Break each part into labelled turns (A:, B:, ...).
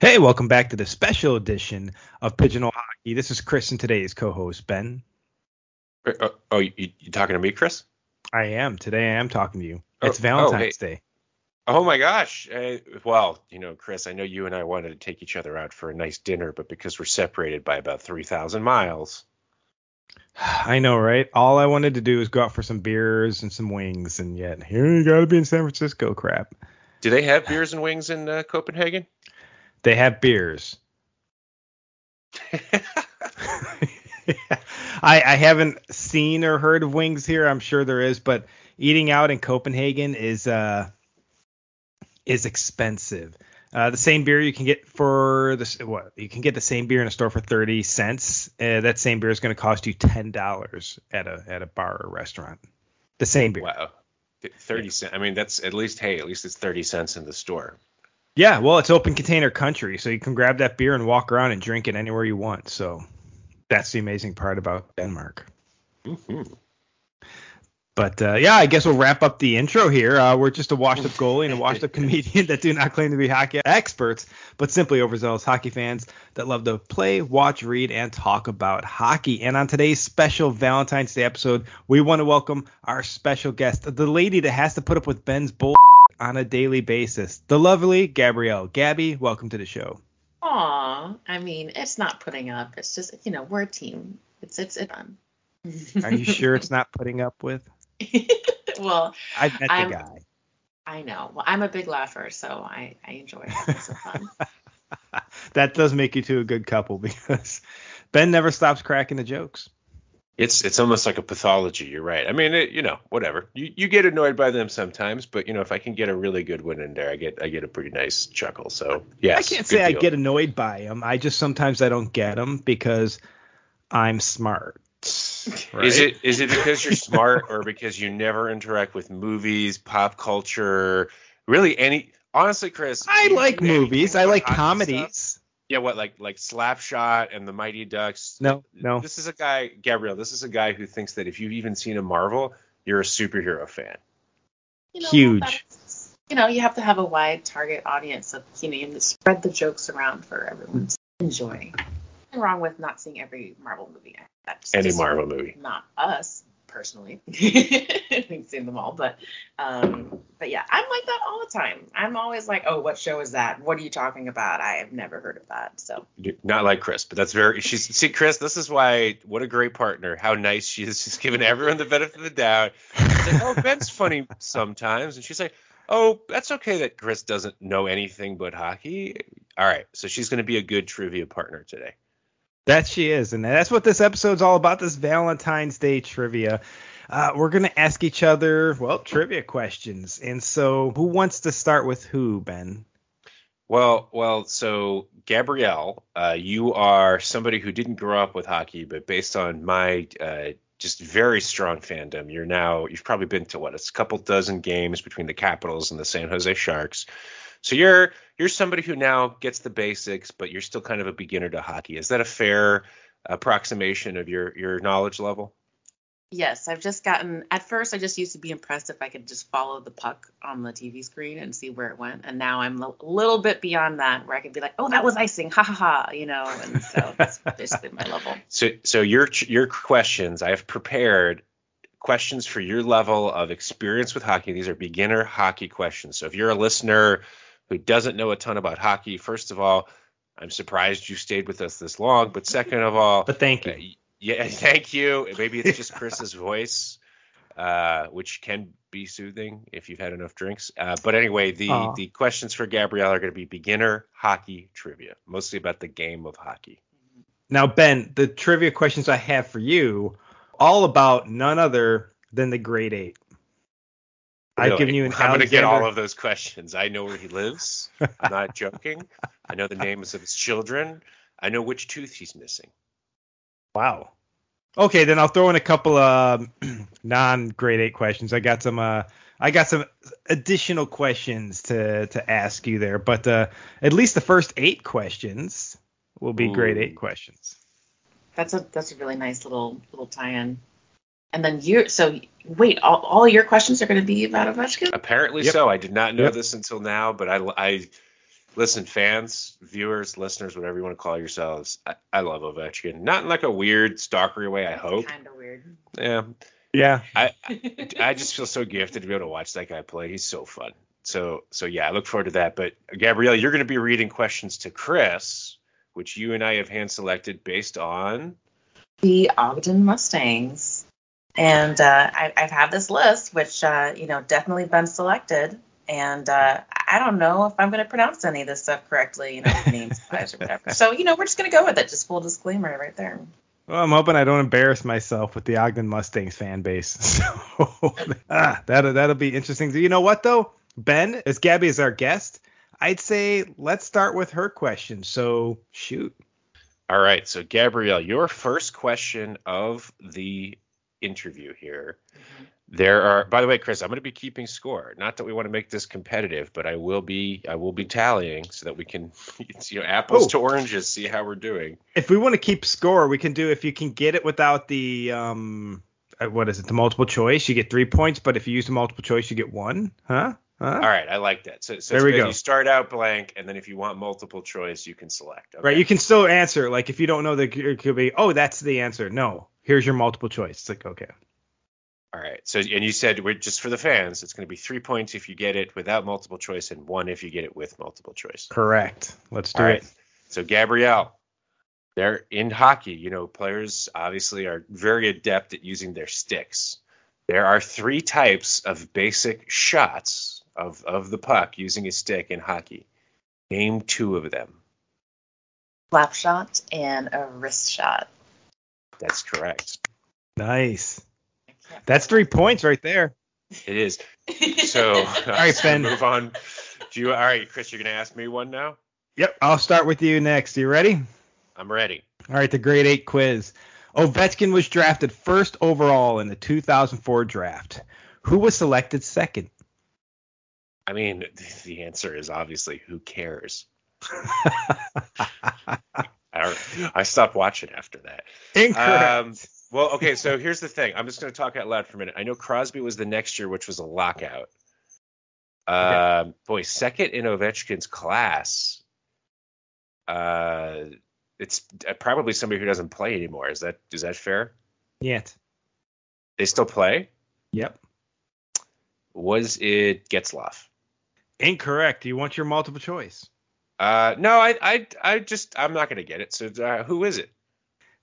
A: Hey, welcome back to the special edition of Pigeonhole Hockey. This is Chris and today's co-host Ben.
B: Uh, oh, you, you talking to me, Chris?
A: I am today. I am talking to you.
B: Oh,
A: It's Valentine's Day.
B: Oh my gosh! Uh, well, you know, Chris, I know you and I wanted to take each other out for a nice dinner, but because we're separated by about three thousand miles,
A: I know, right? All I wanted to do was go out for some beers and some wings, and yet here you gotta be in San Francisco. Crap.
B: do they have beers and wings in uh, Copenhagen?
A: They have beers. I, I haven't seen or heard of wings here. I'm sure there is, but eating out in Copenhagen is uh is expensive. Uh, the same beer you can get for this what you can get the same beer in a store for thirty cents. Uh, that same beer is going to cost you ten dollars at a at a bar or restaurant. The same beer.
B: Wow, Th- thirty cents. I mean, that's at least hey, at least it's thirty cents in the store.
A: Yeah, well, it's open container country, so you can grab that beer and walk around and drink it anywhere you want. So that's the amazing part about Denmark.
B: Mhm.
A: But uh, yeah, I guess we'll wrap up the intro here. Uh, we're just a washed-up goalie and a washed-up comedian that do not claim to be hockey experts, but simply overzealous hockey fans that love to play, watch, read, and talk about hockey. And on today's special Valentine's Day episode, we want to welcome our special guest, the lady that has to put up with Ben's bull on a daily basis, the lovely Gabrielle. Gabby, welcome to the show.
C: Aw, I mean, it's not putting up. It's just, you know, we're a team. It's it's it's fun.
A: Are you sure it's not putting up with?
C: well,
A: I met
C: I'm-
A: the guy.
C: I know. Well, I'm a big laugher, so I I enjoy it. It's so fun.
A: That does make you two a good couple because Ben never stops cracking the jokes.
B: It's it's almost like a pathology. You're right. I mean, it, you know, whatever. You you get annoyed by them sometimes, but you know, if I can get a really good one in there, I get I get a pretty nice chuckle. So yes,
A: I can't
B: good
A: say I
B: deal.
A: get annoyed by him. I just sometimes I don't get him because I'm smart.
B: Is it is it because you're smart or because you never interact with movies, pop culture, really any? Honestly, Chris,
A: I
B: you
A: like
B: do anything
A: movies.
B: with
A: I like
B: hockey stuff?
A: comedies.
B: Yeah, what like like Slapshot and the Mighty Ducks?
A: No, no.
B: This is a guy, Gabriel. This is a guy who thinks that if you've even seen a Marvel, you're a superhero fan.
C: You know,
A: Huge.
C: that's- You know, you have to have a wide target audience of you know, you have to spread the jokes around for everyone to enjoy. Nothing wrong with not seeing every Marvel movie. That's
B: Any
C: just-
B: Marvel movie.
C: not us personally. We've seen them all, but um, but yeah, I'm like that all the time. I'm always like, oh, what show is that? What are you talking about? I have never heard of that. So
B: Not like Chris, but that's very. She's see, Chris. This is why. What a great partner. How nice she is. She's giving everyone the benefit of the doubt. It's like, oh, Ben's funny sometimes, and she's like, oh, that's okay that Chris doesn't know anything but hockey. All right, so she's going to be a good trivia partner today.
A: That she is, and that's what this episode's all about. This Valentine's Day trivia. Uh, we're gonna ask each other, well, trivia questions. And so, who wants to start with who, Ben?
B: Well, well, so Gabrielle, uh, you are somebody who didn't grow up with hockey, but based on my uh, just very strong fandom, you're now you've probably been to what a couple dozen games between the Capitals and the San Jose Sharks. So you're you're somebody who now gets the basics, but you're still kind of a beginner to hockey. Is that a fair approximation of your your knowledge level?
C: yes, I've just gotten. At first, I just used to be impressed if I could just follow the puck on the TV screen and see where it went, and now I'm a little bit beyond that, where I can be like, oh, that was icing, ha ha ha, you know. And so that's basically my level.
B: So, so your your questions, I have prepared questions for your level of experience with hockey. These are beginner hockey questions. So, if you're a listener who doesn't know a ton about hockey, first of all, I'm surprised you stayed with us this long. But second of all, uh,
A: But thank you.
B: yeah, thank you. Maybe it's just Chris's voice, uh, which can be soothing if you've had enough drinks. Uh, but anyway, the
A: Aw.
B: the questions for Gabrielle are going to be beginner hockey trivia, mostly about the game of hockey.
A: Now, Ben, the trivia questions I have for you, all about none other than the grade eight. I've
B: Really?
A: given you an
B: I'm going to get
A: Alexander-
B: all of those questions. I know where he lives. I'm not joking. I know the names of his children. I know which tooth he's missing.
A: Wow. Okay, then I'll throw in a couple of non grade eight questions. I got some uh I got some additional questions to to ask you there, but uh at least the first eight questions will be grade
B: Ooh.
A: eight questions.
C: That's a that's a really nice little little tie-in. And then you so wait, all, all your questions are going to be about Ovechkin?
B: Apparently
A: Yep.
B: so. I did not know
A: Yep.
B: this until now, but I, I listen, fans, viewers, listeners, whatever you want to call yourselves, I, I love Ovechkin. Not in like a weird stalkery way. I hope.
C: Kind of weird.
B: Yeah,
A: Yeah.
B: I just feel so gifted to be able to watch that guy play. He's so fun. So so yeah, I look forward to that. But Gabrielle, you're going to be reading questions to Chris, which you and I have hand selected based on.
C: the Ogden Mustangs. And uh, I, I've had this list, which, uh, you know, definitely been selected. And uh, I don't know if I'm going to pronounce any of this stuff correctly, you know, names, wise or whatever. So, you know, we're just going to go with it. Just full disclaimer right there.
A: Well, I'm hoping I don't embarrass myself with the Ogden Mustangs fan base. So ah, that'll that'll be interesting. You know what though, Ben, as Gabby is our guest, I'd say let's start with her question. So shoot,
B: All right, so Gabrielle, your first question of the interview here.
A: Mm-hmm.
B: There are by the way, Chris, I'm going to be keeping score. Not that we want to make this competitive, but I will be I will be tallying so that we can it's, you know apples
A: Oh.
B: to oranges, see how we're doing.
A: if we want to keep score, we can do if you can get it without the um uh, what is it the multiple choice, you get three points, but if you use the multiple choice, you get one. Huh? Huh?
B: All right, I like that. So, so
A: There
B: it's
A: we
B: good.
A: go.
B: You start out blank, and then if you want multiple choice, you can select.
A: Right,
B: Okay.
A: you can still answer. Like if you don't know, the it could be, oh, that's the answer. No, here's your multiple choice. It's like okay,
B: All right. So, and you said we're just for the fans. It's going to be three points if you get it without multiple choice, and one if you get it with multiple choice.
A: correct. Let's do
B: All
A: it.
B: right. So Gabrielle, they're in hockey. You know, players obviously are very adept at using their sticks. There are three types of basic shots of of the puck using a stick in hockey. Name two of them.
C: Flap shot and a wrist shot.
B: That's correct.
A: Nice. That's three points right there.
B: It is. So, all
A: right, Ben.
B: Move on. Do you? All right, Chris, you're gonna ask me one now.
A: Yep. I'll start with you next. You ready?
B: I'm ready.
A: All right, the grade eight quiz. Ovechkin was drafted first overall in the 2004 draft. Who was selected second?
B: I mean, the answer is obviously who cares. I, don't- I stopped watching after that.
A: Incorrect.
B: Um, well, okay, so here's the thing. I'm just going to talk out loud for a minute. I know Crosby was the next year, which was a lockout. Um, boy, second in Ovechkin's class. Uh, it's probably somebody who doesn't play anymore. Is that is that fair?
A: Yet.
B: They still play.
A: Yep.
B: Was it Getzloff?
A: Incorrect. Do you want your multiple choice?
B: Uh, no, I, I, I just, I'm not gonna get it. So, uh, who is it?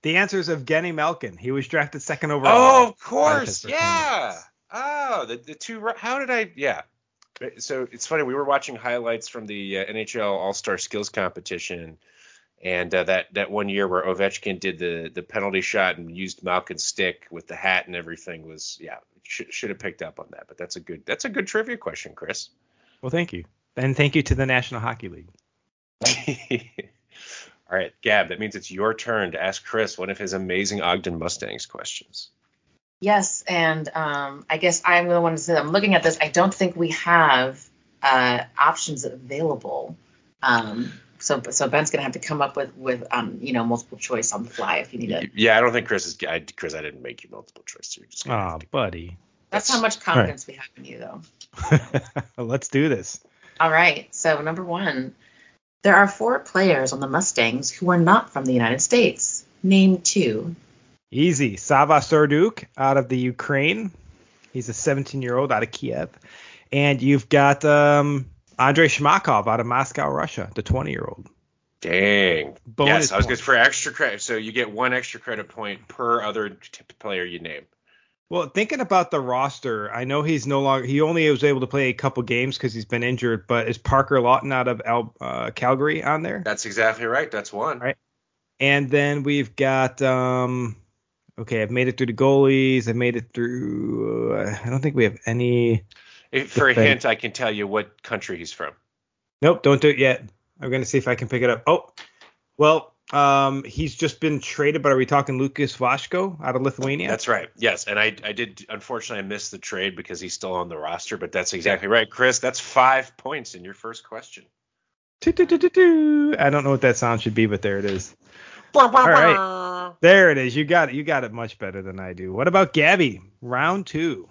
A: The answer is Evgeny Malkin. He was drafted second
B: Oh,
A: overall.
B: of course,
A: Pittsburgh
B: yeah.
A: Penguins.
B: Oh, the the two. ru- How did I? Yeah. So it's funny. We were watching highlights from the uh, NHL All Star Skills Competition, and uh, that that one year where Ovechkin did the the penalty shot and used Malkin's stick with the hat and everything was yeah. Should, should have picked up on that, but that's a good that's a good trivia question, Chris.
A: Well, thank you. And thank you to the National Hockey League.
B: All right, Gab, that means it's your turn to ask Chris one of his amazing Ogden Mustangs questions.
C: Yes, and um, I guess I'm the one to say that I'm looking at this. I don't think we have uh, options available. Um, so, so Ben's gonna have to come up with with um, you know multiple choice on the fly if you need it.
B: Yeah, I don't think Chris is. I, Chris, I didn't make you multiple choice. So you're just gonna
A: Ah,
B: have to-
A: buddy.
C: That's how much confidence we have in you, though.
A: Let's do this.
C: All right. So number one, there are four players on the Mustangs who are not from the United States. Name two.
A: Easy. Sava Serduk out of the Ukraine. He's a 17 year old out of Kiev. And you've got um, Andrei Shmakov out of Moscow, Russia, the 20 year old.
B: Dang.
A: Bonus
B: yes, I was going
A: points.
B: to for extra credit. So you get one extra credit point per other t- player you name.
A: Well, thinking about the roster, I know he's no longer, he only was able to play a couple games because he's been injured, but is Parker Lawton out of Al, uh, Calgary on there?
B: That's exactly right. That's one.
A: Right. And then we've got, um, okay, I've made it through the goalies. I've made it through, uh, I don't think we have any.
B: If, for a
A: Defend-
B: hint, I can tell you what country he's from.
A: Nope, don't do it yet. I'm gonna see if I can pick it up. Oh, well, um, he's just been traded, but are we talking Lucas Vashko out of Lithuania?
B: That's right. Yes, and I, I did. Unfortunately, I missed the trade because he's still on the roster. But that's exactly right, Chris. That's five points in your first question.
A: Toot-toot-toot-toot. I don't know what that sound should be, but there it is. All right, there it is. You got it. You got it much better than I do. What about Gabby? Round two.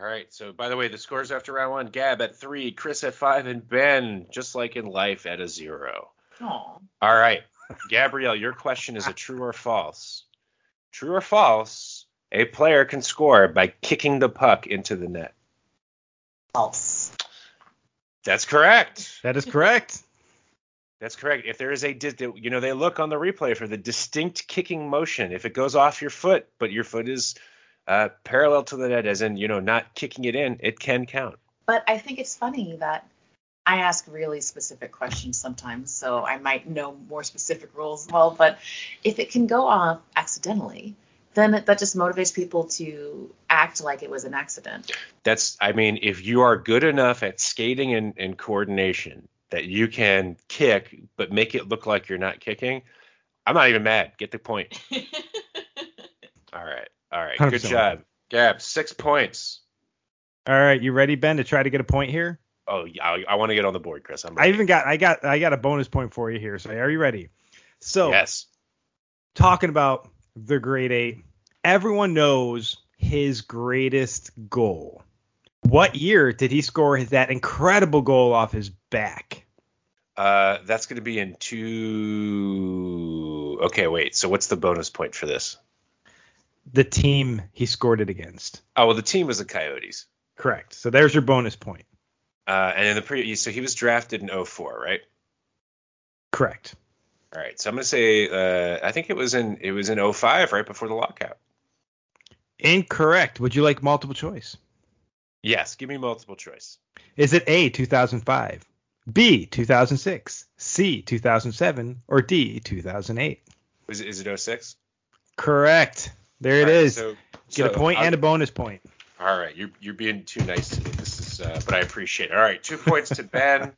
B: All right. So, by the way, the scores after round one Gab at three, Chris at five, and Ben, just like in life, at a zero.
C: Aw.
B: All right. Gabrielle, your question is a true or false? True or false? A player can score by kicking the puck into the net.
C: False.
B: That's correct.
A: That is correct.
B: That's correct. If there is a, dis- you know, they look on the replay for the distinct kicking motion. If it goes off your foot, but your foot is uh, parallel to the net, as in, you know, not kicking it in, it can count.
C: But I think it's funny that I ask really specific questions sometimes, so I might know more specific rules as well. But if it can go off accidentally, then it, that just motivates people to act like it was an accident.
B: that's i mean if you are good enough at skating and, and coordination that you can kick but make it look like you're not kicking i'm not even mad get the point all right all right good
A: 100%.
B: job gab six points
A: All right, you ready, Ben, to try to get a point here?
B: oh yeah, i, I want to get on the board chris i'm
A: I
B: ready.
A: even got I got I got a bonus point for you here. So are you ready? So
B: yes
A: talking about the grade eight, everyone knows his greatest goal. What year did he score that incredible goal off his back?
B: uh that's going to be in two okay wait so what's the bonus point for this
A: The team he scored it against.
B: oh well the team was the coyotes
A: Correct. So there's your bonus point.
B: uh and in the pre so he was drafted in 04 right
A: Correct.
B: All right, so I'm gonna say uh, I think it was in it was in 05, right before the lockout.
A: Incorrect. Would you like multiple choice?
B: Yes, give me multiple choice.
A: Is it A 2005, B 2006, C 2007, or D 2008?
B: Is it, is it 06?
A: Correct. There it
B: All right,
A: is.
B: so-
A: Get a
B: so
A: point
B: I'll-
A: and a bonus point.
B: All right, you're you're being too nice to me. This is, uh, but I appreciate. it. All right, two points to Ben.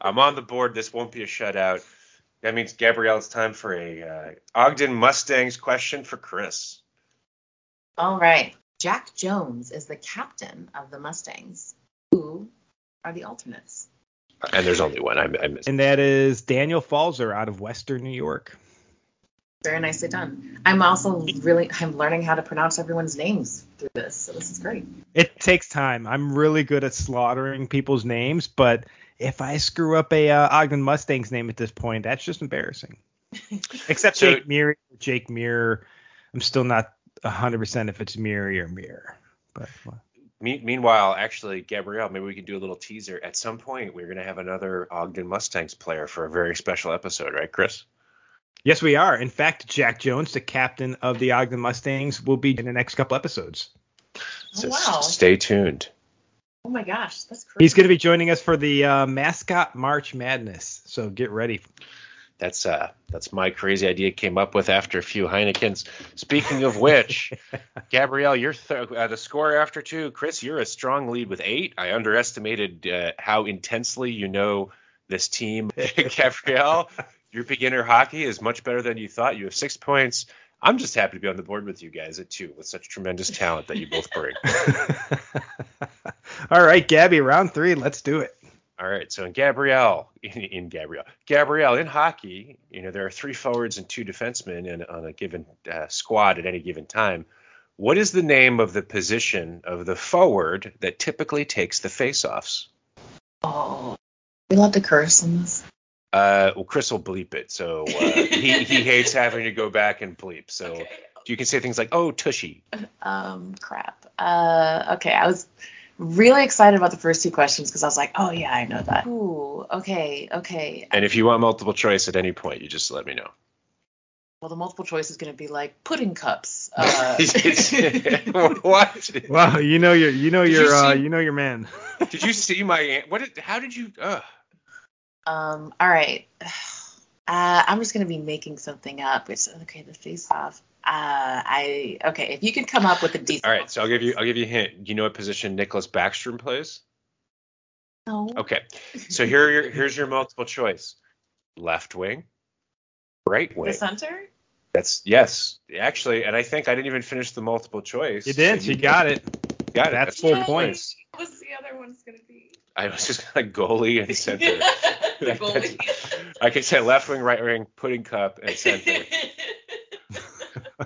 B: I'm on the board. This won't be a shutout. That means Gabrielle, it's time for a uh, Ogden Mustangs question for Chris.
C: All right. Jack Jones is the captain of the Mustangs. Who are the alternates?
B: And there's only one. I, I missed.
A: And that is Daniel Falzer out of Western New York.
C: Very nicely done. I'm also really I'm learning how to pronounce everyone's names through this, so this is great.
A: It takes time. I'm really good at slaughtering people's names, but if I screw up a uh, Ogden Mustangs name at this point, that's just embarrassing. Except
B: So-
A: Jake Meary. Jake Muir. I'm still not 100% if it's Meary or Muir. But well,
B: Me- meanwhile, actually, Gabrielle, maybe we can do a little teaser. At some point, we're gonna have another Ogden Mustangs player for a very special episode, right, Chris?
A: yes, we are. In fact, Jack Jones, the captain of the Ogden Mustangs, will be in the next couple episodes.
B: So
C: Oh,
B: s-
C: wow.
B: stay tuned.
C: Oh my gosh, that's crazy.
A: He's going to be joining us for the uh, mascot March Madness. So get ready.
B: That's uh that's my crazy idea came up with after a few Heinekens. Speaking of which, Gabrielle, you're th- uh, the score after two. Chris, you're a strong lead with eight. I underestimated uh, how intensely you know this team. Gabrielle, your beginner hockey is much better than you thought. You have six points. I'm just happy to be on the board with you guys at two with such tremendous talent that you both bring.
A: All right, Gabby, round three. Let's do it.
B: All right. So in Gabrielle, in, in Gabrielle, Gabrielle in hockey, you know there are three forwards and two defensemen in, on a given uh, squad at any given time. What is the name of the position of the forward that typically takes the faceoffs?
C: Oh, we love to curse on this.
B: Uh, well, Chris will bleep it, so uh, he he hates having to go back and bleep. So
C: Okay.
B: you can say things like "oh tushy,"
C: Um, crap. Uh, okay, I was really excited about the first two questions because I was like, oh yeah, I know that. Ooh, okay, okay.
B: and if you want multiple choice at any point, you just let me know.
C: Well, the multiple choice is going to be like pudding cups. Uh,
B: what?
A: Wow, you know your, you know
B: Did you
A: your, uh,
B: see-
A: you know your man.
B: Did you see my? an- What? Did, how did you? Uh,
C: um, all right. Uh, I'm just going to be making something up. It's okay. The face off. Uh, I okay. If you can come up with a decent.
B: All right, so I'll give you I'll give you a hint. Do you know what position Nicholas Backstrom plays?
C: No.
B: Okay. So here are your, here's your multiple choice. Left wing, right
C: The
B: wing.
C: center.
B: That's yes, actually, and I think I didn't even finish the multiple choice.
A: You did.
B: So
A: You got it.
B: got it.
A: That's full
B: That's-
A: points.
C: What was the other one's going to be?
B: I was just like goalie and center.
C: the
B: Like, that's- I could say left wing, right wing, pudding cup, and center.
C: oh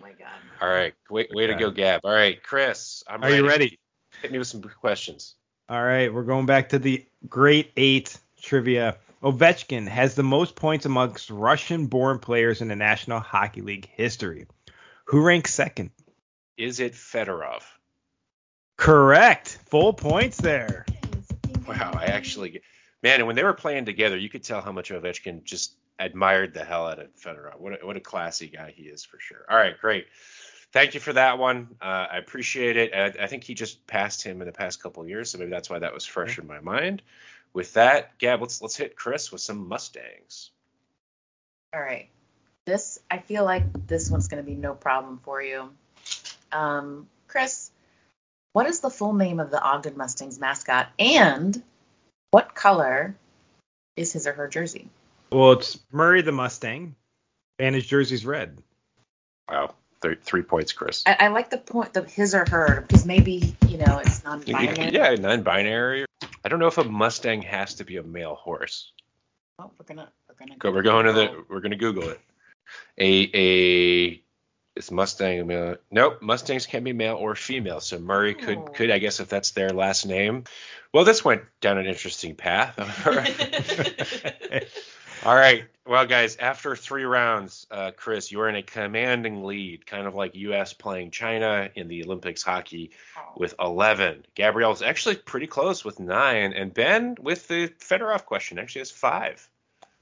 C: my god.
B: All All right. Way, way to
A: Okay.
B: go, Gab. All right, Chris. I'm
A: Are you ready?
B: Hit me with some questions.
A: All right, we're going back to the Great Eight trivia. Ovechkin has the most points amongst Russian-born players in the National Hockey League history. Who ranks second?
B: Is it Fedorov?
A: Correct. Full points there.
B: Wow, I actually, man, and when they were playing together, you could tell how much Ovechkin just admired the hell out of Fedorov. What a, what a classy guy he is for sure. All right, great. Thank you for that one. Uh, I appreciate it. I, I think he just passed him in the past couple of years, so maybe that's why that was fresh in my mind. With that, Gab, let's let's hit Chris with some Mustangs.
C: All right. This I feel like this one's gonna be no problem for you. Um, Chris, what is the full name of the Ogden Mustangs mascot, and what color is his or her jersey?
A: Well, it's Murray the Mustang, and his jersey's red.
B: Wow, three, three points, Chris.
C: I, I like the point of his or her because maybe you know it's non-binary.
B: Yeah, non-binary. I don't know if a Mustang has to be a male horse.
C: Oh, we're gonna we're gonna
B: Go, we're going to the. We're going to Google it. A a is Mustang a male? Nope, Mustangs can be male or female. So Murray could
C: Oh.
B: could I guess if that's their last name. Well, this went down an interesting path. All
C: Oh.
B: right. All right. Well, guys, after three rounds, uh, Chris, you're in a commanding lead, kind of like U.S. playing China in the Olympics hockey
C: Oh.
B: with 11. Gabrielle is actually pretty close with nine, and Ben with the Fedorov question actually has five.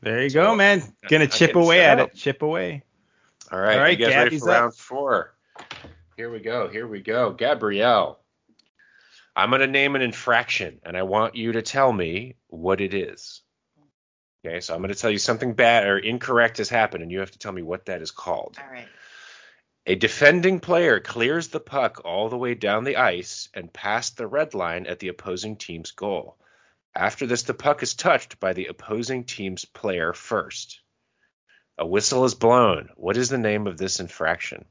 A: There you
B: So,
A: go, man. Gonna
B: I'm
A: chip
B: getting
A: away
B: set
A: at
B: up.
A: it. Chip away.
B: All right,
A: All right,
B: you guys ready
A: Gabby's
B: for
A: up.
B: round four? Here we go. Here we go. Gabrielle, I'm going to name an infraction, and I want you to tell me what it is. Okay, so I'm going to tell you something bad or incorrect has happened, and you have to tell me what that is called.
C: All right.
B: A defending player clears the puck all the way down the ice and past the red line at the opposing team's goal. After this, the puck is touched by the opposing team's player first. A whistle is blown. What is the name of this infraction?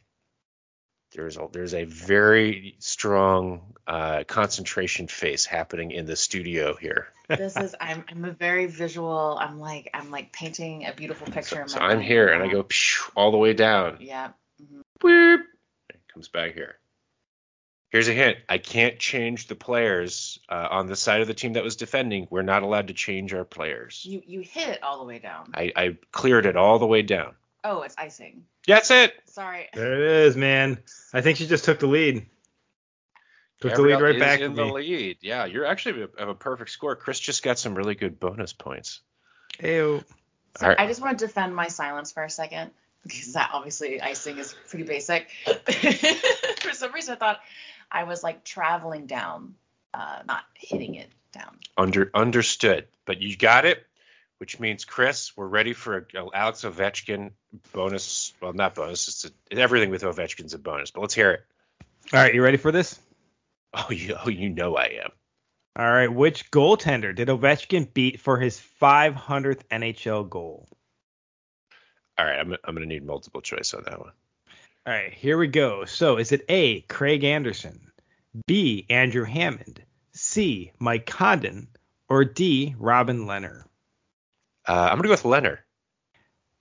B: There's a, there's a very strong uh, concentration face happening in the studio here.
C: this is I'm I'm a very visual. I'm like I'm like painting a beautiful picture.
B: So,
C: in
B: so
C: my
B: I'm
C: mind.
B: here and I go psh, all the way down.
C: Yeah.
B: Boop. It comes back here. Here's a hint. I can't change the players uh, on the side of the team that was defending. We're not allowed to change our players.
C: You you hit it all the way down.
B: I, I cleared it all the way down.
C: oh, it's icing.
B: That's it.
C: Sorry.
A: There it is, man. I think she just took the lead. Took
B: Gabrielle
A: the lead
B: is
A: right back to
B: in the
A: me.
B: lead. Yeah, you're actually have a perfect score. Chris just got some really good bonus points.
A: Ew.
C: So
B: All right.
C: I just want to defend my silence for a second because that obviously icing is pretty basic. for some reason, I thought I was like traveling down, uh, not hitting it down.
B: Under understood. But you got it, which means Chris, we're ready for a, a Alex Ovechkin bonus. Well, not bonus. It's a, everything with Ovechkin's a bonus. But let's hear it.
A: All right, you ready for this?
B: Oh, you oh you know I am.
A: All right, which goaltender did Ovechkin beat for his 500th NHL goal?
B: All right, I'm, I'm going to need multiple choice on that one.
A: All right, here we go. So is it A, Craig Anderson, B, Andrew Hammond, C, Mike Condon, or D, Robin Leonard?
B: Uh, I'm going to go with Leonard.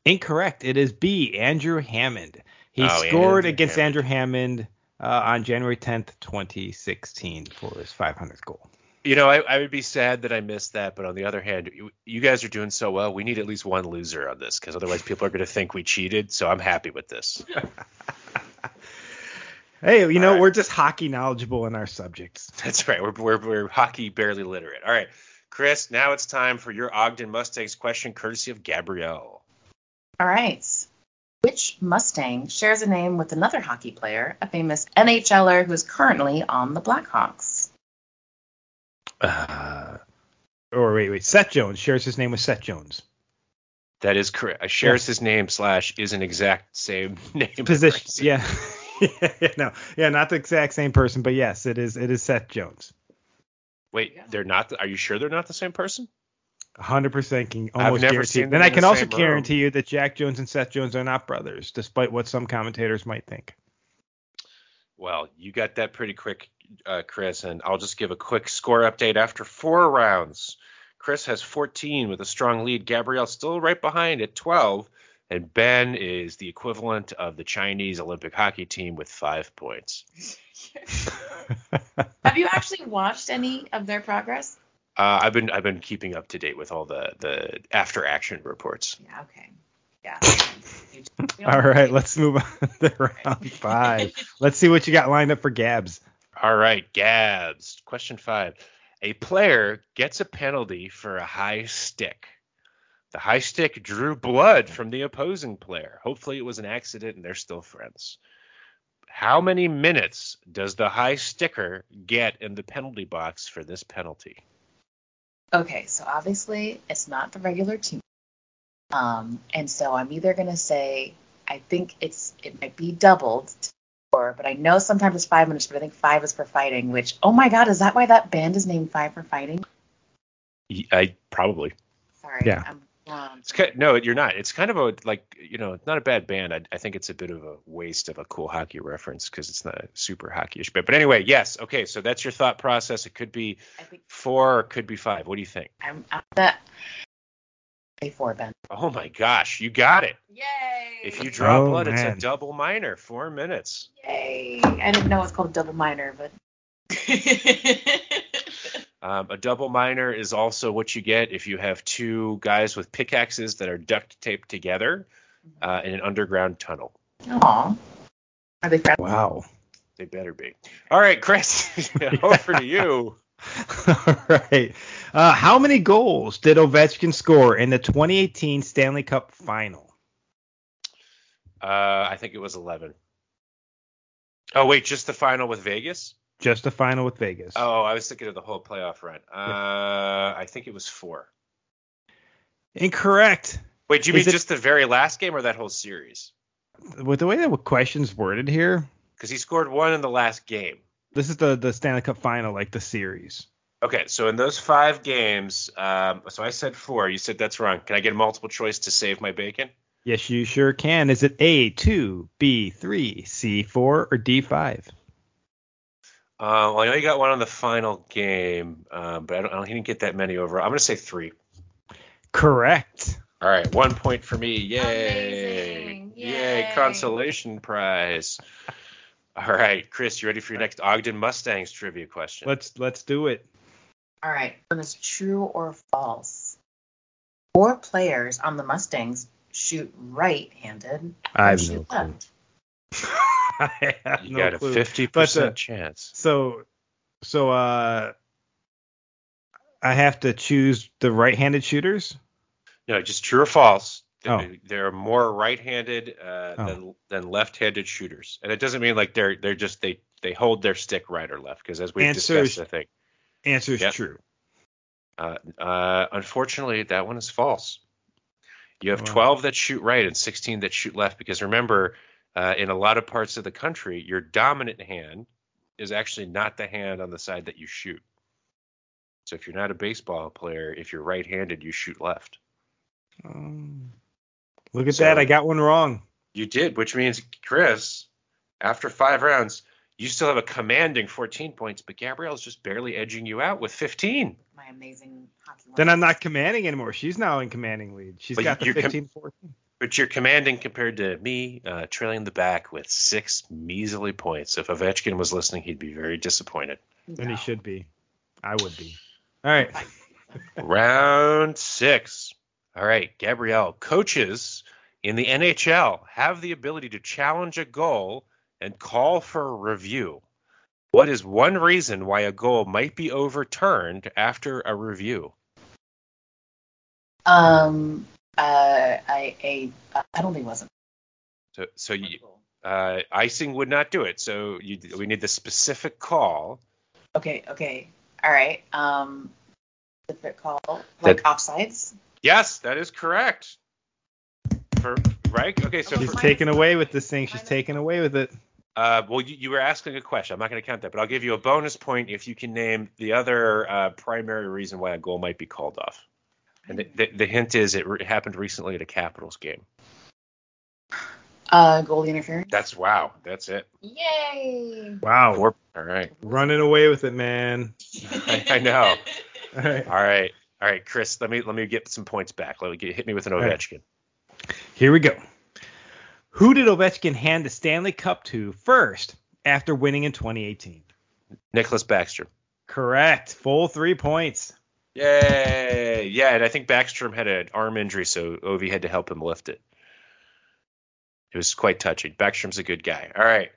A: Incorrect. It is B, Andrew Hammond. He
B: Oh,
A: scored
B: Andrew
A: against
B: Hammond.
A: Andrew Hammond uh, on January 10th, 2016 for his 500th goal.
B: You know, I, I would be sad that I missed that, but on the other hand, you, you guys are doing so well. We need at least one loser on this because otherwise people are going to think we cheated. So I'm happy with this.
A: Hey, you know,
B: right.
A: we're just hockey knowledgeable in our subjects.
B: That's right. We're, we're, we're hockey barely literate. All right, Chris, now it's time for your Ogden Mustangs question courtesy of Gabrielle.
C: All right. Which Mustang shares a name with another hockey player, a famous NHLer er who is currently on the Blackhawks?
B: Uh,
A: Or wait, wait. Seth Jones shares his name with Seth Jones.
B: that is correct. Shares his name slash is an exact same name.
A: Position. Yeah. yeah. No. Yeah. Not the exact same person, but yes, it is. It is Seth Jones.
B: Wait, they're not. The, are you sure they're not the same person?
A: 100% can almost
B: never
A: guarantee.
B: seen them
A: Then
B: in
A: I
B: the
A: can also
B: same room.
A: guarantee you that Jack Jones and Seth Jones are not brothers, despite what some commentators might think.
B: Well, you got that pretty quick, uh, Chris, and I'll just give a quick score update after four rounds. Chris has 14 with a strong lead. Gabrielle still right behind at 12. and Ben is the equivalent of the Chinese Olympic hockey team with five points.
C: Have you actually watched any of their progress?
B: Uh, I've been I've been keeping up to date with all the the after action reports.
C: Yeah. Okay. Yeah.
A: All right, let's move on to round five. Let's see what you got lined up for Gabs.
B: All right, Gabs. Question five: A player gets a penalty for a high stick. The high stick drew blood from the opposing player. Hopefully, it was an accident and they're still friends. How many minutes does the high sticker get in the penalty box for this penalty?
C: Okay, so obviously it's not the regular team. Um, and so I'm either gonna say I think it's it might be doubled to four, but I know sometimes it's five minutes, but I think five is for fighting, which oh my god, is that why that band is named Five for Fighting?
B: Y- I probably.
C: Sorry,
A: Yeah.
C: I'm wrong.
B: It's kind, no, you're not. It's kind of a like you know, it's not a bad band. I, I think it's a bit of a waste of a cool hockey reference because it's not super hockeyish. But but anyway, yes. Okay, so that's your thought process. It could be
C: I think
B: four, or it could be five. What do you think?
C: I'm I'm that say four Ben.
B: Oh my gosh, you got it.
C: Yay.
B: If you draw
A: Oh,
B: blood, it's
A: man.
B: a double minor. Four minutes.
C: Yay. I didn't know it's called double minor, but
B: Um, a double minor is also what you get if you have two guys with pickaxes that are duct taped together uh, in an underground tunnel.
C: Aw. Are they friends?
A: Wow.
B: They better be. All right, Chris, over to you.
A: All right. Uh, how many goals did Ovechkin score in the 2018 Stanley Cup final?
B: Uh, I think it was 11. Oh, wait, just the final with Vegas?
A: Just the final with Vegas.
B: Oh, I was thinking of the whole playoff run. Uh, I think it was four.
A: Incorrect.
B: Wait, do you
A: Is
B: mean
A: it-
B: just the very last game or that whole series?
A: With the way that the question's worded here,
B: Because he scored one in the last game.
A: this is the, the Stanley Cup final, like the series.
B: Okay, so in those five games, um, so I said four. You said that's wrong. Can I get a multiple choice to save my bacon?
A: Yes, you sure can. Is it A2, B3, C4, or D5?
B: Uh, well, I know you got one on the final game, um, but I don't, I don't. He didn't get that many overall. I'm gonna say three.
A: Correct.
B: All right, one point for me. Yay!
C: Amazing.
B: Yay!
C: Yay.
B: Consolation prize. All right, Chris, you ready for your next Ogden Mustangs trivia question?
A: Let's let's do it.
C: All right. One is true or false. Four players on the Mustangs shoot right-handed.
A: I
C: and shoot left.
A: I have
B: you
A: no
B: got a
A: clue.
B: 50%
A: But, uh,
B: chance.
A: So so uh I have to choose the right-handed shooters.
B: No, just true or false. There,
A: Oh.
B: there are more right-handed uh,
A: Oh.
B: than, than left-handed shooters, and it doesn't mean like they're they're just they they hold their stick right or left because as we've
A: Answers.
B: discussed, I think
A: Answer is
B: Yep.
A: true.
B: uh, uh, unfortunately that one is false. You have
A: Wow.
B: 12 that shoot right and 16 that shoot left because remember, uh, in a lot of parts of the country, your dominant hand is actually not the hand on the side that you shoot. So if you're not a baseball player, if you're right-handed, you shoot left.
A: Um, look at
B: So-
A: that. I got one wrong.
B: You did, which means Chris, after five rounds, you still have a commanding 14 points, but Gabrielle's just barely edging you out with 15.
C: My amazing hockey.
A: Then
C: learning.
A: I'm not commanding anymore. She's now in commanding lead. She's
B: But
A: got the
B: you can-
A: 15 14.
B: But you're commanding compared to me, uh, trailing the back with six measly points. If Ovechkin was listening, he'd be very disappointed.
A: And
C: No.
A: he should be. I would be. All right.
B: Round six. All right, Gabrielle. Coaches in the NHL have the ability to challenge a goal and call for review. What is one reason why a goal might be overturned after a review?
C: Um. Uh. I. A. A penalty wasn't.
B: So, so you, uh, icing would not do it. So you, we need the specific call.
C: Okay. Okay. All right. Um. Specific call. Like offsides.
B: Yes, that is correct. For right? Okay, so
C: Well,
A: She's
B: for,
C: mine-
A: taken away with this thing. She's
C: mine-
A: taken away with it.
B: uh, well, you, you were asking a question. I'm not going to count that, but I'll give you a bonus point if you can name the other uh, primary reason why a goal might be called off. And the, the, the hint is it re- happened recently at a Capitals game.
C: Uh. Goalie interference.
B: That's wow. That's it.
C: Yay.
A: Wow.
B: Four. All right.
A: Running away with it, man.
B: I- I know.
A: All right.
B: All right. All right, Chris. Let me let me get some points back. Let me get, hit me with an
A: All right.
B: Ovechkin.
A: Here we go. Who did Ovechkin hand the Stanley Cup to first after winning in 2018?
B: Nicholas Backstrom.
A: Correct. Full three points.
B: Yay! Yeah, and I think Backstrom had an arm injury, so Ovi had to help him lift it. It was quite touching. Backstrom's a good guy. All right.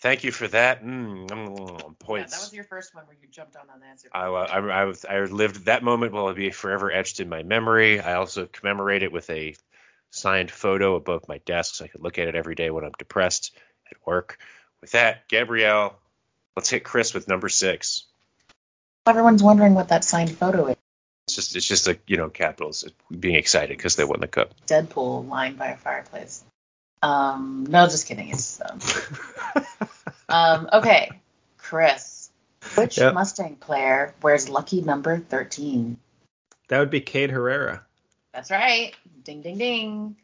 B: Thank you for that. Mm, mm, mm,
C: Yeah, that
B: points.
C: was your first one where you jumped on unanswered.
B: I, wa- I, I, was- I lived that moment will be forever etched in my memory. I also commemorate it with a signed photo above my desk so I could look at it every day when I'm depressed at work. With that, Gabrielle, let's hit Chris with number six.
C: Everyone's wondering what that signed photo is.
B: It's just it's just a you know Capitals uh, being excited because they won the cup.
C: Deadpool lying by a fireplace. Um, no, just kidding. It's um, um, okay. Chris, which
A: Yep.
C: Mustang player wears lucky number thirteen?
A: That would be Cade Herrera.
C: That's right. Ding ding ding.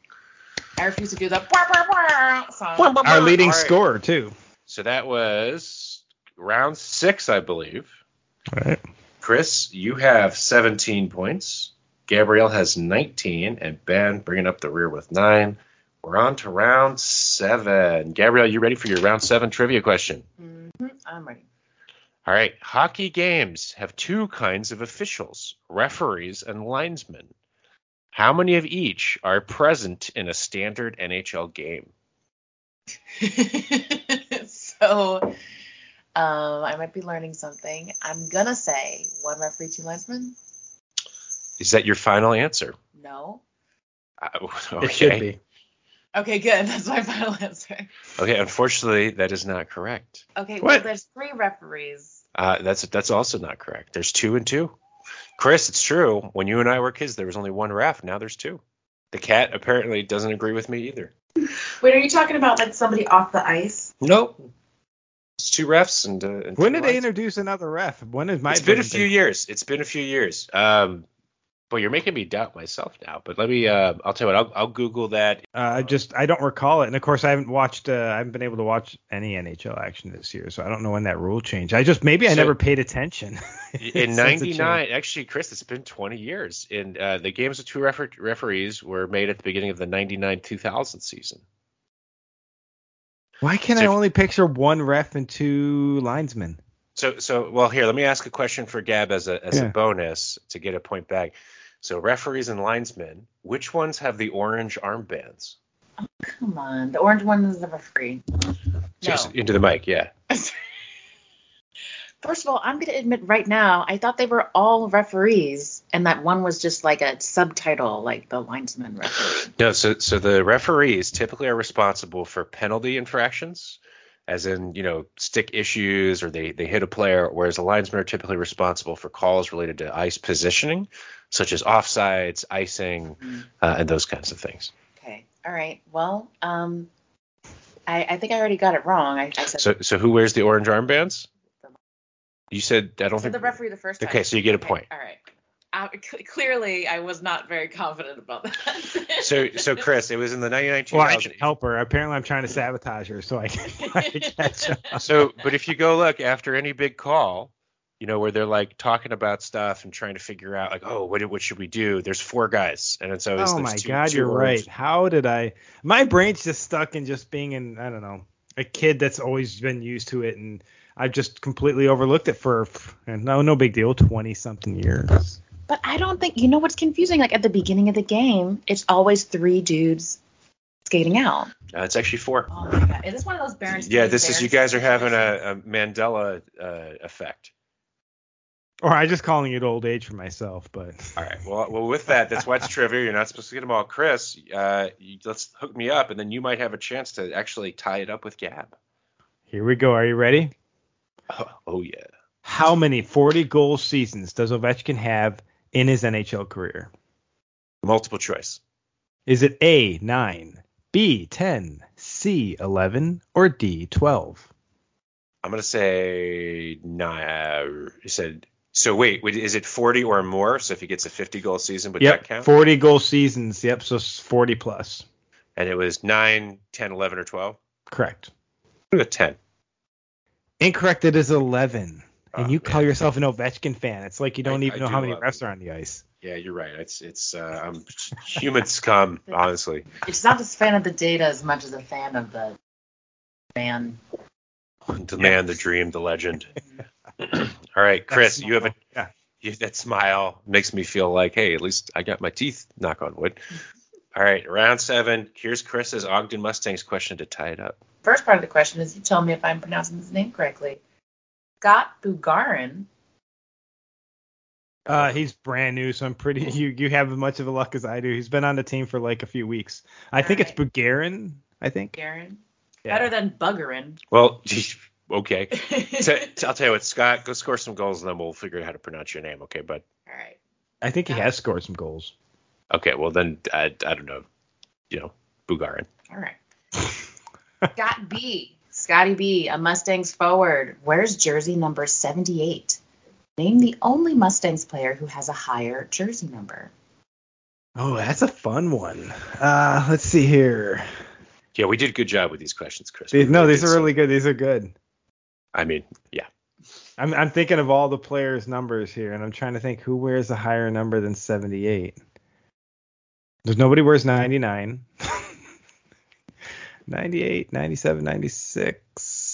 C: I refuse to do the wah, wah, wah song.
A: Our leading
B: All right.
A: scorer, too.
B: So that was round six, I believe.
A: All right.
B: Chris, you have 17 points. Gabrielle has 19, and Ben bringing up the rear with nine. We're on to round seven. Gabrielle, you ready for your round seven trivia question?
C: hmm I'm ready.
B: All right. Hockey games have two kinds of officials referees and linesmen. How many of each are present in a standard NHL game?
C: so um, I might be learning something. I'm gonna say one referee, two linesmen.
B: Is that your final answer?
C: No.
B: Uh,
A: It should
B: okay.
A: be.
C: Okay, good. That's my final answer.
B: Okay. Unfortunately, that is not correct.
C: Okay, well,
A: What?
C: there's three referees.
B: Uh, that's that's also not correct. There's two and two. Chris, it's true. When you and I were kids, there was only one ref. Now there's two. The cat apparently doesn't agree with me either.
C: Wait, are you talking about like somebody off the ice?
B: Nope. It's two refs and. Uh, and
A: When
B: two
A: did they
B: lines.
A: introduce another ref? When is my
B: It's been a few years. It's been a few years. Um, well, you're making me doubt myself now. But let me. Uh, I'll tell you what. I'll, I'll Google that.
A: Uh, I just I don't recall it, and of course I haven't watched. Uh, I haven't been able to watch any NHL action this year, so I don't know when that rule changed. I just maybe I
B: So-
A: never paid attention.
B: in
A: Since it
B: '99, actually, Chris, it's been 20 years. And uh, the games with two refer- referees were made at the beginning of the '99-2000 season.
A: changed. Why can
B: So
A: I
B: if-
A: only picture one ref and two linesmen?
B: So, so well, here, let me ask a question for Gab as a as a
A: Yeah.
B: bonus to get a point back. So, referees and linesmen, which ones have the orange armbands?
C: Come on, the orange one is the referee. No.
B: Just into the mic, yeah.
C: First of all, I'm gonna admit right now, I thought they were all referees, and that one was just like a subtitle, like the linesman referee.
B: No, so so the referees typically are responsible for penalty infractions, as in you know stick issues or they they hit a player, whereas the linesmen are typically responsible for calls related to ice positioning, such as offsides, icing,
C: Mm.
B: uh, and those kinds of things.
C: Okay, all right. Well, um, I, I think I already got it wrong. I, I said
B: So so who wears the orange armbands?
C: The-
B: You said I don't
C: So
B: think
C: the referee the first time.
B: Okay, so you get a point.
C: All right. Uh, c- clearly, I was not very confident about that.
B: So so Chris, it was in the 99
A: Well, I can
B: 2000.
A: help her. Apparently, I'm trying to sabotage her, so I can I can catch up.
B: so but if you go look after any big call, you know where they're like talking about stuff and trying to figure out like oh what what should we do? There's four guys and it's always
A: Oh
B: there's
A: my
B: two-
A: god,
B: two
A: you're
B: orange-
A: right. How did I? My brain's just stuck in just being in I don't know a kid that's always been used to it, and I've just completely overlooked it for f- and no no big deal, twenty something years.
C: but I don't think you know what's confusing. Like at the beginning of the game, it's always three dudes skating out.
B: Uh, it's actually four.
C: Oh my god! Is this one of those Baron?
B: Yeah, this is you guys are having a, a Mandela uh, effect.
A: Or I just calling it old age for myself, but
B: All right. Well, well, with that, that's why it's trivia. You're not supposed to get them all, Chris. Uh, you, let's hook me up, and then you might have a chance to actually tie it up with Gab.
A: here we go. Are you ready?
B: Oh, oh yeah.
A: How many 40 goal seasons does Ovechkin have in his NHL career?
B: Multiple choice.
A: Is it A, 9, B, 10, C, 11, or D, 12?
B: I'm gonna say nine. You said so. Wait, wait, is it 40 or more? So if he gets a 50 goal season, would that
A: Yep,
B: count?
A: 40 goal seasons. Yep, so it's 40 plus.
B: And it was nine, 10, 11, or 12.
A: Correct.
B: I'm gonna go 10.
A: Incorrect, it is 11. and
B: Oh,
A: you call
B: man.
A: yourself an Ovechkin fan. It's like you don't
B: I-
A: even
B: I
A: know
B: do
A: how many
B: love
A: refs are on the ice.
B: Yeah, you're right. It's it's uh, I'm human scum, honestly.
C: It's not just a fan of the data as much as a fan of the man.
B: The man, the dream, the legend. All right, Chris, you have a
A: yeah.
B: you, that smile makes me feel like, hey, at least I got my teeth. Knock on wood. All right, round seven. Here's Chris's Ogden Mustangs question to tie it up.
C: First part of the question is you tell me if I'm pronouncing his name correctly. Scott Bugarin.
A: Uh, he's brand new, so I'm pretty. You you have as much of a luck as I do. He's been on the team for like a few weeks. I think it's Bugarin. I think.
C: Bugarin.
A: Yeah.
C: Better than Buggerin.
B: Well, okay. So, so I'll tell you what, Scott, go score some goals, and then we'll figure out how to pronounce your name. Okay, bud.
C: All right.
A: I think he has scored some goals.
B: Okay, well then I, I don't know, you know, Bugarin.
C: All right. Scott B. Scotty B. A Mustangs forward. Where's jersey number 78? Name the only Mustangs player who has a higher jersey number.
A: Oh, that's a fun one. Uh, let's see here.
B: Yeah, we did a good job with these questions, Chris.
A: These,
B: We
A: no,
B: really
A: these
B: did
A: are
B: some-
A: really good. These are good.
B: I mean, yeah.
A: I'm I'm thinking of all the players' numbers here, and I'm trying to think who wears a higher number than 78. There's nobody wears 99. 98, 97, 96.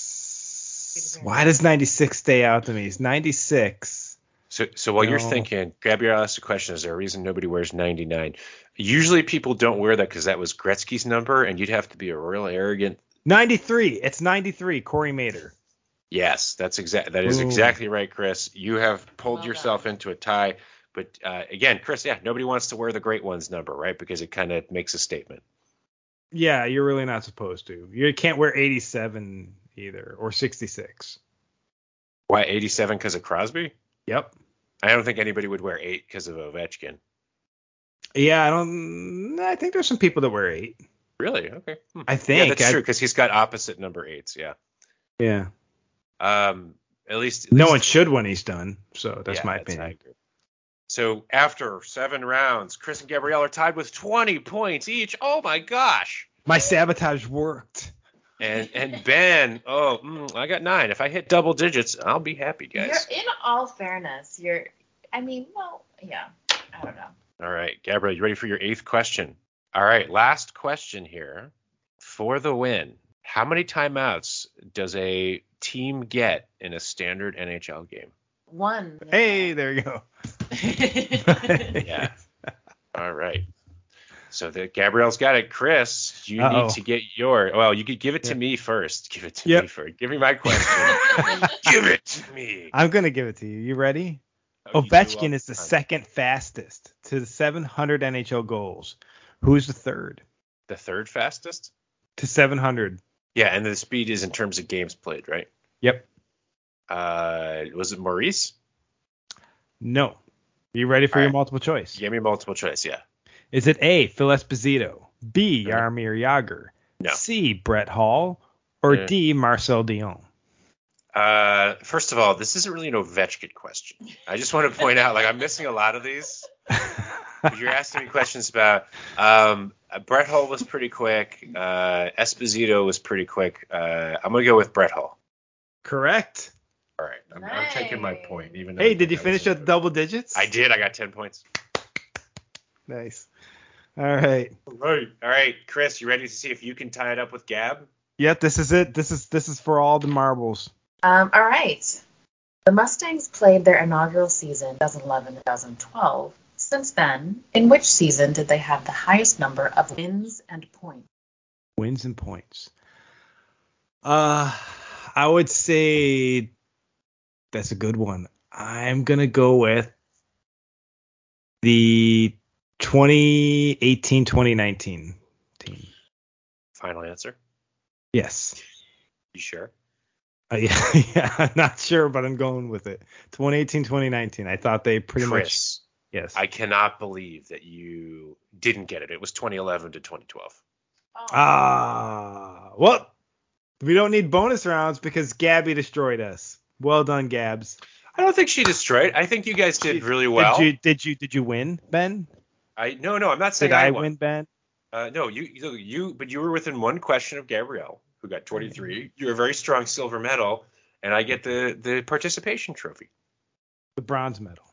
A: Why does 96 stay out to me? It's 96.
B: So, so while you're
A: No.
B: thinking, Gabrielle asked a question: Is there a reason nobody wears 99? Usually, people don't wear that because that was Gretzky's number, and you'd have to be a real arrogant.
A: 93. It's 93. Corey Mater.
B: Yes, that's exact. That is
A: Ooh.
B: exactly right, Chris. You have pulled
C: Well
B: yourself into a tie. But uh, again, Chris, yeah, nobody wants to wear the great ones number, right? Because it kind of makes a statement.
A: Yeah, you're really not supposed to. You can't wear 87 either, or 66.
B: Why 87? Because of Crosby?
A: Yep.
B: I don't think anybody would wear eight because of Ovechkin.
A: Yeah, I don't. I think there's some people that wear eight.
B: Really? Okay. Hmm.
A: I
B: Yeah,
A: think.
B: that's true
A: I-
B: true because he's got opposite number eights. Yeah.
A: Yeah.
B: Um, at least, at
A: No
B: least-
A: one should when he's done. So that's
B: Yeah,
A: my
B: I
A: opinion.
B: agree. So after seven rounds, Chris and Gabrielle are tied with 20 points each. Oh my gosh!
A: My sabotage worked.
B: And and Ben, oh, mm, I got nine. If I hit double digits, I'll be happy, guys.
C: You're in all fairness, you're I mean, well, yeah. I don't know.
B: All right, Gabrielle, you ready for your eighth question? All right, last question here for the win. How many timeouts does a team get in a standard NHL game?
C: One.
A: Hey, there you go.
B: Yeah. All right. So the Gabrielle's got it. Chris, you
A: Uh-oh.
B: need to get your. Well, you could give it
A: Yeah.
B: to me first. Give it to
A: Yep.
B: me first. Give me my question. give it to me.
A: I'm gonna give it to you. You ready?
B: Oh, you do all
A: Uh, Ovechkin is the
B: time.
A: second fastest to the 700 NHL goals. Who's the third
B: The third fastest.
A: to 700?
B: Yeah, and the speed is in terms of games played, right?
A: Yep.
B: Uh, was it Maurice?
A: No. You ready for
B: All
A: your
B: right.
A: multiple choice?
B: Give me multiple choice. Yeah.
A: Is it A. Phil Esposito, B.
B: Uh-huh.
A: Yarmir Yager,
B: No.
A: C. Brett Hall, or
B: Yeah.
A: D. Marcel Dion?
B: Uh, first of all, this isn't really an Ovechkin question. I just want to point out, like, I'm missing a lot of these. you're asking me questions about um, Brett Hull was pretty quick. Uh, Esposito was pretty quick. Uh, I'm gonna go with Brett Hull.
A: Correct.
B: All right, I'm, I'm taking my
C: Nice.
B: point. Even though
A: Hey, did you
B: I
A: finish
B: wasn't-
A: at double digits?
B: I did. I got ten points.
A: Nice. All right.
B: All right, all right, Chris, you ready to see if you can tie it up with Gab?
A: Yep, this is it. This is this is for all the marbles.
C: Um, all right. The Mustangs played their inaugural season 2011 2012. Since then, in which season did they have the highest number of wins and points?
A: Wins and points. Uh I would say that's a good one. I'm gonna go with the 2018-2019 team.
B: Final answer.
A: Yes.
B: You sure?
A: Uh, yeah, yeah, I'm not sure, but I'm going with it. 2018-2019. I thought they pretty much
B: Chris,
A: yes.
B: I cannot believe that you didn't get it. It was 2011 to 2012.
A: Ah, well, we don't need bonus rounds because Gabby destroyed us. Well done, Gabs.
B: I don't think she destroyed. I think you guys did really well.
A: Did you did you did you win, Ben?
B: I no no. I'm not saying
A: Did I,
B: won.
A: win, Ben?
B: Uh, no, you, you you but you were within one question of Gabrielle, who got 23. You're a very strong silver medal, and I get the the participation trophy.
A: The bronze medal.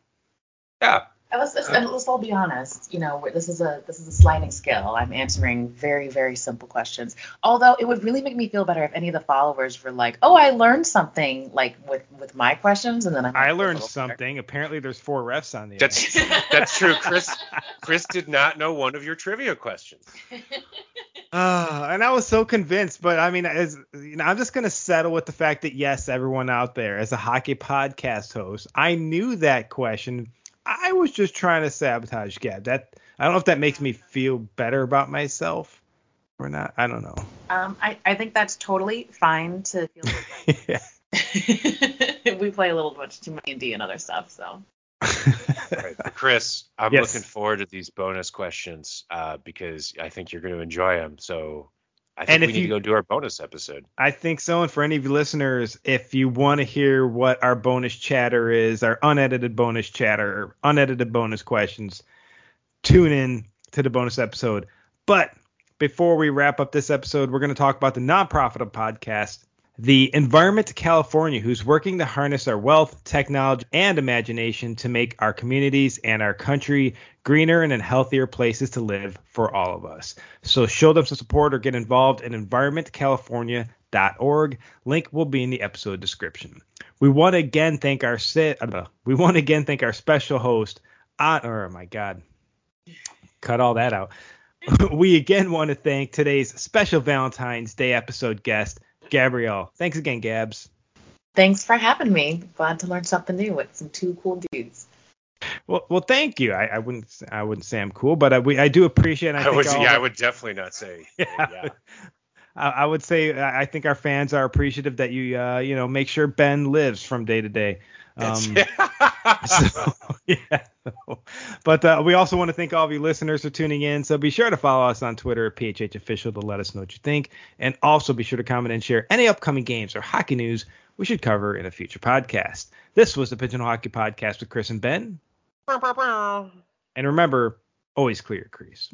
B: Yeah,
C: And Let's, let's, and let's all be honest. You know, we're- this is a this is a sliding scale. I'm answering very very simple questions. Although it would really make me feel better if any of the followers were like, "Oh, I learned something like with with my questions," and then I'm
A: I
C: like,
A: learned
C: "Oh,
A: something. Apparently, there's four refs on the.
B: That's-
A: ice.
B: that's true. Chris Chris did not know one of your trivia questions.
A: Ah, and I was so convinced, but I mean, as you know, I'm just gonna settle with the fact that yes, everyone out there, as a hockey podcast host, I knew that question. I was just trying to sabotage Gab. That I don't know if that makes me feel better about myself or not. I don't know.
C: Um, I I think that's totally fine to feel.
A: yeah.
C: we play a little much too many D and other stuff, so.
B: All right, but Chris, I'm
A: Yes.
B: looking forward to these bonus questions uh, because I think you're going to enjoy them. So I think
A: And
B: we
A: if
B: need
A: you-
B: to go do our bonus episode.
A: I think so. And for any of you listeners, if you want to hear what our bonus chatter is, our unedited bonus chatter, unedited bonus questions, tune in to the bonus episode. But before we wrap up this episode, we're going to talk about the nonprofit of podcast, the Environment California, who's working to harness our wealth, technology, and imagination to make our communities and our country greener and in healthier places to live for all of us. So show them some support or get involved at environmentcalifornia.org. Link will be in the episode description. We want to again thank our sit. We want to again thank our special host. Uh, oh my God, cut all that out. we again want to thank today's special Valentine's Day episode guest, Gabrielle. Thanks again, Gabs.
C: Thanks for having me. Glad to learn something new with some two cool dudes.
A: Well, well, thank you. I, I wouldn't, I wouldn't say I'm cool, but I, we, I do appreciate. And I,
B: I,
A: think
B: would,
A: all
B: yeah, I
A: the-
B: would definitely not say. Yeah.
A: I, I would say I I think our fans are appreciative that you uh, you know make sure Ben lives from day to day.
B: That's-
A: Um, so, yeah. But uh, we also want to thank all of you listeners for tuning in. So be sure to follow us on Twitter at PHH Official to let us know what you think, and also be sure to comment and share any upcoming games or hockey news we should cover in a future podcast. This was the Pigeonhole Hockey Podcast with Chris and Ben, and remember, always clear your crease.